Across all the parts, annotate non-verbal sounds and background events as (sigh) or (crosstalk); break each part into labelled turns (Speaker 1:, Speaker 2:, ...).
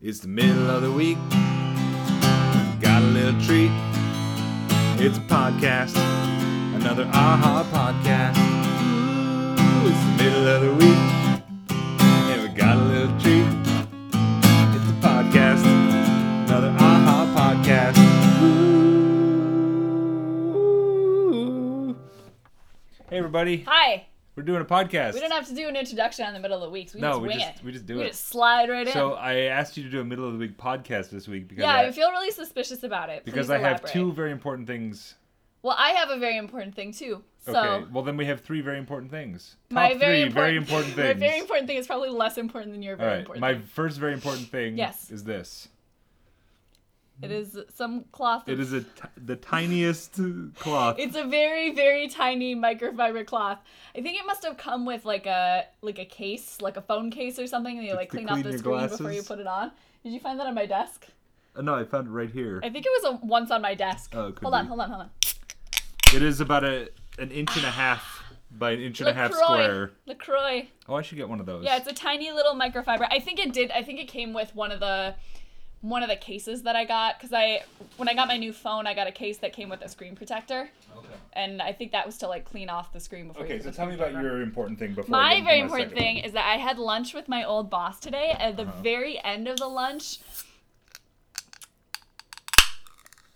Speaker 1: It's the middle of the week. Got a little treat. It's a podcast. Another aha podcast. Ooh, it's the middle of the week. And we got a little treat. It's a podcast. Another aha podcast. Ooh. Hey everybody.
Speaker 2: Hi.
Speaker 1: We're doing a podcast.
Speaker 2: We don't have to do an introduction in the middle of the weeks. We
Speaker 1: No,
Speaker 2: just
Speaker 1: we
Speaker 2: wing
Speaker 1: just-
Speaker 2: it.
Speaker 1: we just do
Speaker 2: we
Speaker 1: it.
Speaker 2: just slide right
Speaker 1: so
Speaker 2: in.
Speaker 1: I asked you to do a middle of the week podcast this week because
Speaker 2: Yeah,
Speaker 1: I,
Speaker 2: I feel really suspicious about it.
Speaker 1: because
Speaker 2: Please
Speaker 1: I have
Speaker 2: elaborate.
Speaker 1: two very important things.
Speaker 2: Well, I have a very important thing too. So
Speaker 1: Okay. Well, then we have three very important things. Top
Speaker 2: my
Speaker 1: three
Speaker 2: very important,
Speaker 1: very
Speaker 2: (laughs)
Speaker 1: important things.
Speaker 2: my very important thing is probably less important than your
Speaker 1: All
Speaker 2: very
Speaker 1: right.
Speaker 2: important.
Speaker 1: My
Speaker 2: thing.
Speaker 1: first very important thing
Speaker 2: Yes.
Speaker 1: is this.
Speaker 2: It is some cloth.
Speaker 1: It is a t- the tiniest cloth.
Speaker 2: It's a very very tiny microfiber cloth. I think it must have come with like a like a case, like a phone case or something. And you like
Speaker 1: to
Speaker 2: clean
Speaker 1: clean
Speaker 2: off the
Speaker 1: your
Speaker 2: screen before you
Speaker 1: glasses.
Speaker 2: put it on. Did you find that on my desk?
Speaker 1: Oh, no, I found it right here.
Speaker 2: I think it was a, once on my desk.
Speaker 1: Oh, it could
Speaker 2: hold on,
Speaker 1: be.
Speaker 2: hold on, hold on.
Speaker 1: It is about a an inch and a half by an inch and a half
Speaker 2: LaCroix.
Speaker 1: square.
Speaker 2: LaCroix.
Speaker 1: Oh, I should get one of those.
Speaker 2: Yeah, it's a tiny little microfiber. I think it did. I think it came with one of the one of the cases that I got because I when I got my new phone, I got a case that came with a screen protector,
Speaker 1: okay.
Speaker 2: and I think that was to like clean off the screen before. you
Speaker 1: Okay.
Speaker 2: put
Speaker 1: So
Speaker 2: the
Speaker 1: tell me
Speaker 2: screen
Speaker 1: about
Speaker 2: back on.
Speaker 1: your important thing before. I
Speaker 2: My
Speaker 1: get into
Speaker 2: very important
Speaker 1: second Uh-huh.
Speaker 2: thing is that I had lunch with my old boss today. At the very end of the lunch,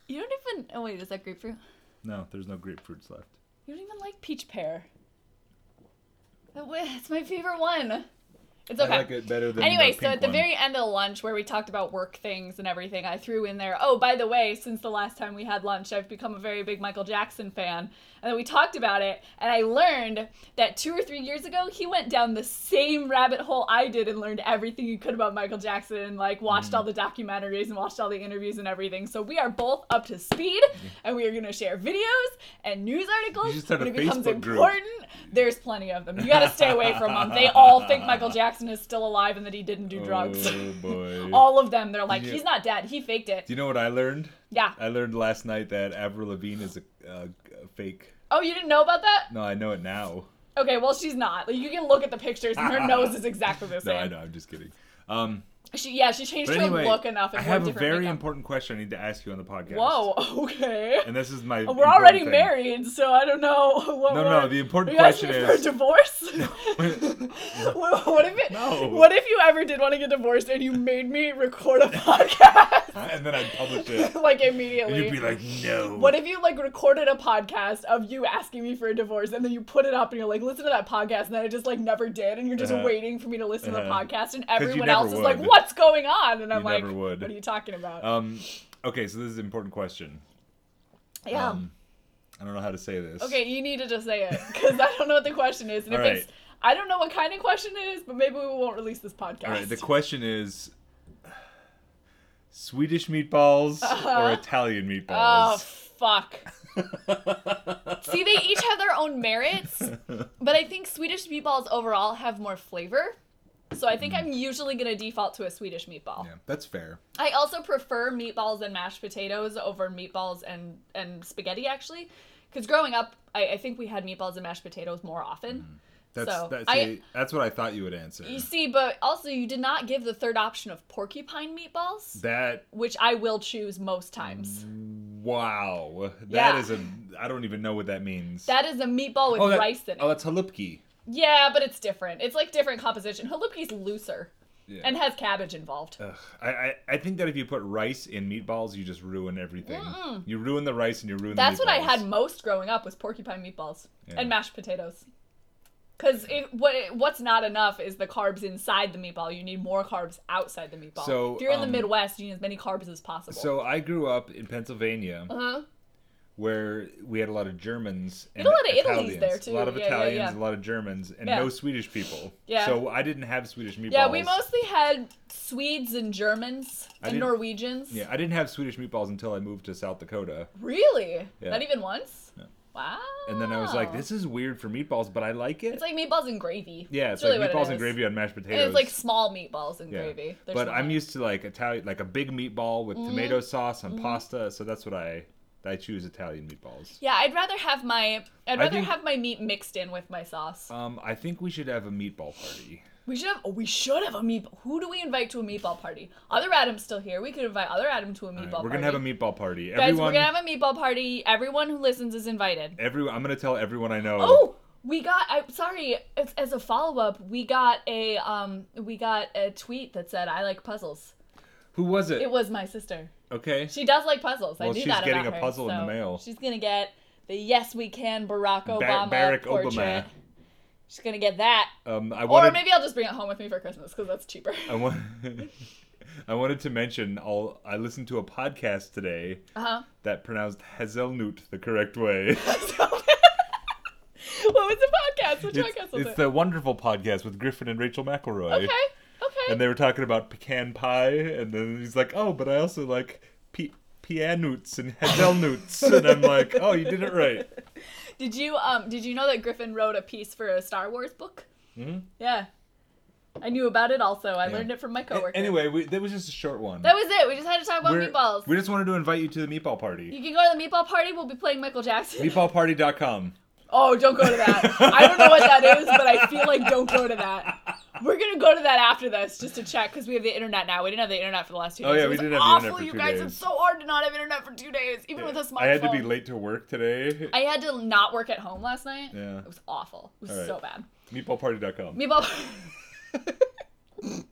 Speaker 2: you don't even. Oh wait, is that grapefruit?
Speaker 1: one. No, there's no grapefruits left.
Speaker 2: You don't even like peach pear. That wa- It's my favorite one. It's okay.
Speaker 1: I like it better than.
Speaker 2: Anyway,
Speaker 1: the
Speaker 2: so at
Speaker 1: pink
Speaker 2: the
Speaker 1: one.
Speaker 2: very end of the lunch where we talked about work things and everything, I threw in there, oh, by the way, since the last time we had lunch, I've become a very big Michael Jackson fan. And then we talked about it, and I learned that two or three years ago, he went down the same rabbit hole I did and learned everything he could about Michael Jackson and like watched
Speaker 1: Mm.
Speaker 2: all the documentaries and watched all the interviews and everything. So we are both up to speed, and we are going to share videos and news
Speaker 1: You
Speaker 2: articles
Speaker 1: should start a
Speaker 2: when it becomes
Speaker 1: Facebook group.
Speaker 2: important. There's plenty of them. You got to stay away from them. They
Speaker 1: (laughs)
Speaker 2: all think Michael Jackson is still alive and that he didn't do drugs.
Speaker 1: Oh boy.
Speaker 2: (laughs) all of them, they're like,
Speaker 1: you-
Speaker 2: he's not dead. He faked it.
Speaker 1: Do you know what I learned?
Speaker 2: Yeah.
Speaker 1: I learned last night that Avril Lavigne is a, a, a fake.
Speaker 2: Oh, you didn't know about that?
Speaker 1: No, I know it now.
Speaker 2: Okay, well, she's not. Like, you can look at the pictures,
Speaker 1: (laughs)
Speaker 2: and her nose is exactly the
Speaker 1: No,
Speaker 2: same.
Speaker 1: I know. I'm just kidding. Um,
Speaker 2: She, yeah, she changed
Speaker 1: but
Speaker 2: her
Speaker 1: anyway,
Speaker 2: look enough.
Speaker 1: I
Speaker 2: And
Speaker 1: have a
Speaker 2: wore different
Speaker 1: very
Speaker 2: makeup.
Speaker 1: important question I need to ask you on the podcast.
Speaker 2: Whoa, (laughs) okay.
Speaker 1: And this is my.
Speaker 2: We're
Speaker 1: important
Speaker 2: already
Speaker 1: thing.
Speaker 2: married, so I don't know (laughs) what.
Speaker 1: No,
Speaker 2: we're-
Speaker 1: no, the important
Speaker 2: Are you asking
Speaker 1: question
Speaker 2: me
Speaker 1: is-
Speaker 2: for a
Speaker 1: (laughs)
Speaker 2: divorce. (laughs) what what if it?
Speaker 1: No.
Speaker 2: What if you ever did want to get divorced and you made me record a (laughs) podcast (laughs)
Speaker 1: and then I publish it.
Speaker 2: like
Speaker 1: And
Speaker 2: immediately?
Speaker 1: you'd be like, no.
Speaker 2: what if you like recorded a podcast of you asking me for a divorce and then you put it up and you're like, listen to that podcast, and then I just like never did, and you're just
Speaker 1: Uh-huh.
Speaker 2: waiting for me to listen to the
Speaker 1: Uh-huh.
Speaker 2: podcast, and
Speaker 1: 'Cause you
Speaker 2: everyone
Speaker 1: never
Speaker 2: else is like,
Speaker 1: would.
Speaker 2: what's going on? And I'm like,
Speaker 1: never would.
Speaker 2: what are you talking about?
Speaker 1: Um, okay, so this is an important question.
Speaker 2: yeah.
Speaker 1: Um, I don't know how to say this.
Speaker 2: Okay, you need to just say it because I don't know what the question is, and if
Speaker 1: All right.
Speaker 2: it's I don't know what kind of question it is, but maybe we won't release this podcast.
Speaker 1: All right. The question is. Swedish meatballs or Italian
Speaker 2: Uh-huh. oh
Speaker 1: meatballs? (laughs)
Speaker 2: fuck! See, they each have their own merits, but I think Swedish meatballs overall have more flavor. So I think I'm usually gonna default to a Swedish meatball.
Speaker 1: Mm. yeah, that's fair.
Speaker 2: I also prefer meatballs and mashed potatoes over meatballs and and spaghetti actually, because growing up, I, I think we had meatballs and mashed potatoes more often.
Speaker 1: That's
Speaker 2: So,
Speaker 1: that's,
Speaker 2: I-
Speaker 1: a- that's what I thought you would answer.
Speaker 2: You see, but also you did not give the third option of porcupine meatballs,
Speaker 1: That
Speaker 2: which I will choose most times.
Speaker 1: Mm. wow, that
Speaker 2: Yeah.
Speaker 1: is a I don't even know what that means.
Speaker 2: That is a meatball with
Speaker 1: oh, that-
Speaker 2: rice in it.
Speaker 1: Oh, that's halupki.
Speaker 2: yeah, but it's different. It's like different composition. Halloumi's looser
Speaker 1: Yeah.
Speaker 2: and has cabbage involved.
Speaker 1: Ugh, I, I I think that if you put rice in meatballs, you just ruin everything. You ruin the rice and you ruin.
Speaker 2: Mm. That's
Speaker 1: the
Speaker 2: what I
Speaker 1: meatballs.
Speaker 2: had most growing up was porcupine meatballs
Speaker 1: Yeah.
Speaker 2: and mashed potatoes. Because what what's not enough is the carbs inside the meatball. You need more carbs outside the meatball.
Speaker 1: So,
Speaker 2: if you're in the
Speaker 1: um,
Speaker 2: Midwest, you need as many carbs as possible.
Speaker 1: So I grew up in Pennsylvania,
Speaker 2: uh-huh.
Speaker 1: where we had a lot of Germans and
Speaker 2: a lot of Italians
Speaker 1: Italians.
Speaker 2: there, too.
Speaker 1: A lot of
Speaker 2: Yeah, yeah,
Speaker 1: Italians,
Speaker 2: yeah.
Speaker 1: a lot of Germans, and
Speaker 2: Yeah.
Speaker 1: no Swedish people.
Speaker 2: Yeah.
Speaker 1: So I didn't have Swedish meatballs.
Speaker 2: Yeah, we mostly had Swedes and Germans
Speaker 1: I
Speaker 2: and
Speaker 1: didn't-
Speaker 2: Norwegians.
Speaker 1: Yeah, I didn't have Swedish meatballs until I moved to South Dakota.
Speaker 2: Really?
Speaker 1: Yeah.
Speaker 2: Not even once?
Speaker 1: No.
Speaker 2: Wow.
Speaker 1: And then I was
Speaker 2: Oh.
Speaker 1: like, this is weird for meatballs, but I like it.
Speaker 2: It's like meatballs and gravy.
Speaker 1: yeah, it's
Speaker 2: That's really
Speaker 1: like
Speaker 2: what
Speaker 1: meatballs
Speaker 2: it
Speaker 1: and
Speaker 2: is.
Speaker 1: gravy on mashed
Speaker 2: And
Speaker 1: potatoes.
Speaker 2: it's like small meatballs and
Speaker 1: Yeah.
Speaker 2: gravy. They're
Speaker 1: But I'm
Speaker 2: small.
Speaker 1: used to like Italian, like a big meatball with
Speaker 2: Mm-hmm.
Speaker 1: tomato sauce and pasta. So that's what I I choose Italian meatballs.
Speaker 2: Yeah, I'd rather have my I'd rather
Speaker 1: think- Uh,
Speaker 2: have my meat mixed in with my sauce.
Speaker 1: Um, I think we should have a meatball party.
Speaker 2: We should have. oh, we should have a meatball. Who do we invite to a meatball party? Other Adam's still here. We could invite Other Adam to a meatball party.
Speaker 1: We're gonna have a meatball party.
Speaker 2: Guys,
Speaker 1: everyone,
Speaker 2: we're gonna have a meatball party. Everyone who listens is invited.
Speaker 1: everyone. I'm gonna tell everyone I know.
Speaker 2: Oh, we got. I'm sorry. As, as a follow up, we got a um, we got a tweet that said, "I like puzzles."
Speaker 1: who was it?
Speaker 2: It was my sister.
Speaker 1: okay.
Speaker 2: She does like puzzles. I
Speaker 1: Well,
Speaker 2: knew
Speaker 1: she's
Speaker 2: that
Speaker 1: getting
Speaker 2: about
Speaker 1: a
Speaker 2: her,
Speaker 1: puzzle in the
Speaker 2: so
Speaker 1: mail.
Speaker 2: She's gonna get the "Yes, we can" Barack Obama
Speaker 1: Barack
Speaker 2: portrait.
Speaker 1: Obama.
Speaker 2: She's gonna get that.
Speaker 1: Um, I
Speaker 2: Or
Speaker 1: wanted.
Speaker 2: maybe I'll just bring it home with me for Christmas because that's cheaper.
Speaker 1: I
Speaker 2: (laughs)
Speaker 1: want. (laughs) I wanted to mention. I'll, I listened to a podcast today
Speaker 2: Uh
Speaker 1: that pronounced hazelnut the correct
Speaker 2: (laughs)
Speaker 1: way.
Speaker 2: huh. what was the podcast? Which
Speaker 1: it's
Speaker 2: podcast was
Speaker 1: it's
Speaker 2: it?
Speaker 1: the wonderful podcast with Griffin and Rachel McElroy.
Speaker 2: okay. Okay.
Speaker 1: (laughs) And they were talking about pecan pie, and then he's like, "Oh, but I also like pi- pianuts and hazelnuts," and I'm like, "Oh, you did it right."
Speaker 2: Did you um did you know that Griffin wrote a piece for a Star Wars book?
Speaker 1: Mhm.
Speaker 2: Yeah. I knew about it also. I
Speaker 1: Yeah.
Speaker 2: learned it from my coworker.
Speaker 1: Anyway, we, that was just a short one.
Speaker 2: That was it. We just had to talk about meatballs.
Speaker 1: We just wanted to invite you to the meatball
Speaker 2: You
Speaker 1: party.
Speaker 2: can go to the meatball party. We'll be playing Michael Jackson.
Speaker 1: Meatballparty.com.
Speaker 2: Oh, don't go to that. I don't know what that is, but I feel like don't go to that. We're gonna go to that after this just to check because we have the internet now. We didn't have the internet for the last two
Speaker 1: Oh,
Speaker 2: days.
Speaker 1: yeah,
Speaker 2: it
Speaker 1: we
Speaker 2: was
Speaker 1: didn't have the
Speaker 2: awful,
Speaker 1: internet for
Speaker 2: you
Speaker 1: two
Speaker 2: guys.
Speaker 1: days.
Speaker 2: It's so hard to not have internet for two days, even with a smartphone.
Speaker 1: I had to be late to work today.
Speaker 2: I had to not work at home last night.
Speaker 1: Yeah.
Speaker 2: It was awful. It was
Speaker 1: All right.
Speaker 2: so bad. (laughs)
Speaker 1: Meatballparty.com.
Speaker 2: Meatball.